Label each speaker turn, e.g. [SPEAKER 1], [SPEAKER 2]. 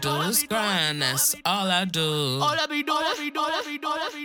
[SPEAKER 1] do is grind. That's all I do.
[SPEAKER 2] All I be doing, all I be doing, all I be doing, all I be